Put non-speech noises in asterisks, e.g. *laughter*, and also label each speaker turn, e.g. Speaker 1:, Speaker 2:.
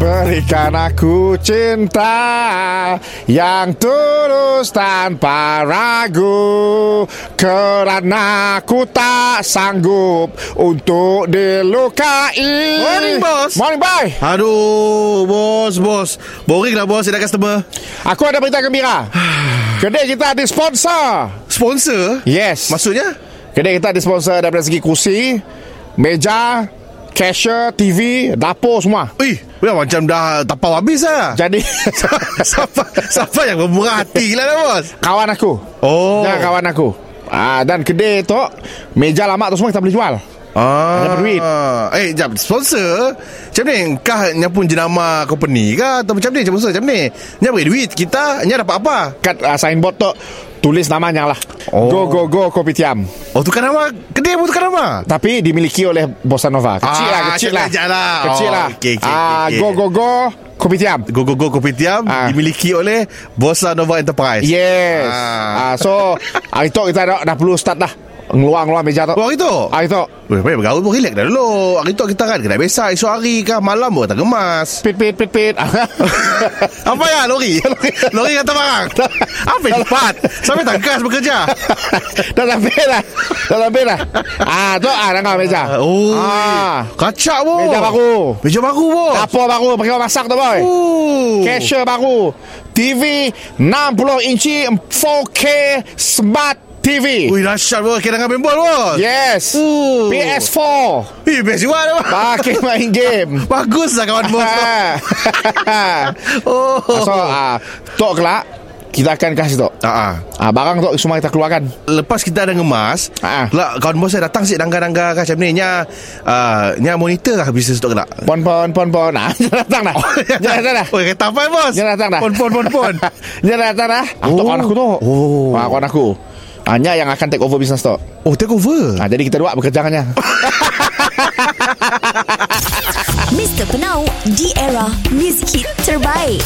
Speaker 1: Berikan aku cinta yang tulus tanpa ragu Kerana ku tak sanggup untuk dilukai
Speaker 2: Morning, bos.
Speaker 1: Morning boy
Speaker 2: Aduh, bos, bos. Boring lah bos, tidak customer.
Speaker 1: Aku ada berita gembira Kedai kita ada sponsor
Speaker 2: Sponsor?
Speaker 1: Yes
Speaker 2: Maksudnya?
Speaker 1: Kedai kita ada sponsor daripada segi kursi Meja Cashier, TV, dapur semua
Speaker 2: Ui, dah macam dah tapau habis lah.
Speaker 1: Jadi
Speaker 2: *laughs*
Speaker 1: *laughs*
Speaker 2: siapa, siapa yang bermurah hati lah, lah bos?
Speaker 1: Kawan aku
Speaker 2: Oh.
Speaker 1: Ya kawan aku Ah dan kedai tu meja lama tu semua kita boleh jual.
Speaker 2: Ah.
Speaker 1: Ada duit.
Speaker 2: Eh, jap. Sponsor? Macam ni, kah nyapun jenama company ke? Atau macam ni, sponsor macam ni? Nya beri duit kita, nya dapat apa?
Speaker 1: Kat uh, signboard tu tulis namanya lah.
Speaker 2: Oh.
Speaker 1: Go go go Kopitiam.
Speaker 2: Oh, tukar nama. Kedai pun tukar nama.
Speaker 1: Tapi dimiliki oleh Bossa Nova. Kecil
Speaker 2: Ah,
Speaker 1: lah, kecil lah.
Speaker 2: sekejap lah.
Speaker 1: Kecil
Speaker 2: Oh,
Speaker 1: lah.
Speaker 2: okey, okey,
Speaker 1: Ah,
Speaker 2: okey,
Speaker 1: Go
Speaker 2: okey.
Speaker 1: go go Kopitiam.
Speaker 2: Go Go Go Kopitiam
Speaker 1: Ah.
Speaker 2: ah. dimiliki oleh Bossa Nova Enterprise.
Speaker 1: Yes. Ah.
Speaker 2: Ah.
Speaker 1: so hari tu kita dah, dah perlu start dah. Ngeluar-ngeluar meja tu.
Speaker 2: Oh, hari tu?
Speaker 1: Hari tu.
Speaker 2: Weh, baik bergaul pun relax dah dulu. Hari tu kita kan kedai besar, esok hari kah malam pun tak gemas.
Speaker 1: Pit pit pit pit.
Speaker 2: *laughs* Apa ya *laughs* lori? lori kata *laughs* barang. Apa yang cepat? Sampai tangkas *laughs* bekerja.
Speaker 1: *laughs* dah sampai dah. Dah sampai dah. Ah, tu ah dengar meja.
Speaker 2: Oh.
Speaker 1: Ah.
Speaker 2: Kacak pun.
Speaker 1: Meja baru.
Speaker 2: Meja baru pun.
Speaker 1: Dapur Oh. baru pakai orang masak tu boy.
Speaker 2: Oh.
Speaker 1: Cashier baru TV 60 inci 4K Smart TV
Speaker 2: Ui, Oh. dahsyat pun. Kira dengan bimbol pun.
Speaker 1: Yes
Speaker 2: Ooh.
Speaker 1: PS4
Speaker 2: Eh, best juga dah. *laughs*
Speaker 1: Pakai main game
Speaker 2: Bagus lah kawan *laughs* bos. tu. oh.
Speaker 1: So ah, Tok kelak Kita akan kasih tok
Speaker 2: Ah, ah.
Speaker 1: ah, Barang tok semua kita keluarkan
Speaker 2: Lepas kita ada ngemas
Speaker 1: Ah.
Speaker 2: uh Kawan bos saya datang Sik dangga-dangga kah Macam ni Nya uh, Nya monitor kah Bisnes tu kelak
Speaker 1: Pon pon pon pon ah, *laughs* Dia datang dah Dia datang dah
Speaker 2: Oh kata apa bos
Speaker 1: Dia datang dah
Speaker 2: Pon pon pon pon
Speaker 1: *laughs* Dia datang dah ah, Tok
Speaker 2: Oh.
Speaker 1: kawan aku tok
Speaker 2: Oh.
Speaker 1: ah, Kawan aku Hanya yang akan take over bisnes tok
Speaker 2: Oh take over
Speaker 1: ah, Jadi kita dua bekerja dengan dia
Speaker 3: Mr. Penau, di era music hit terbaik.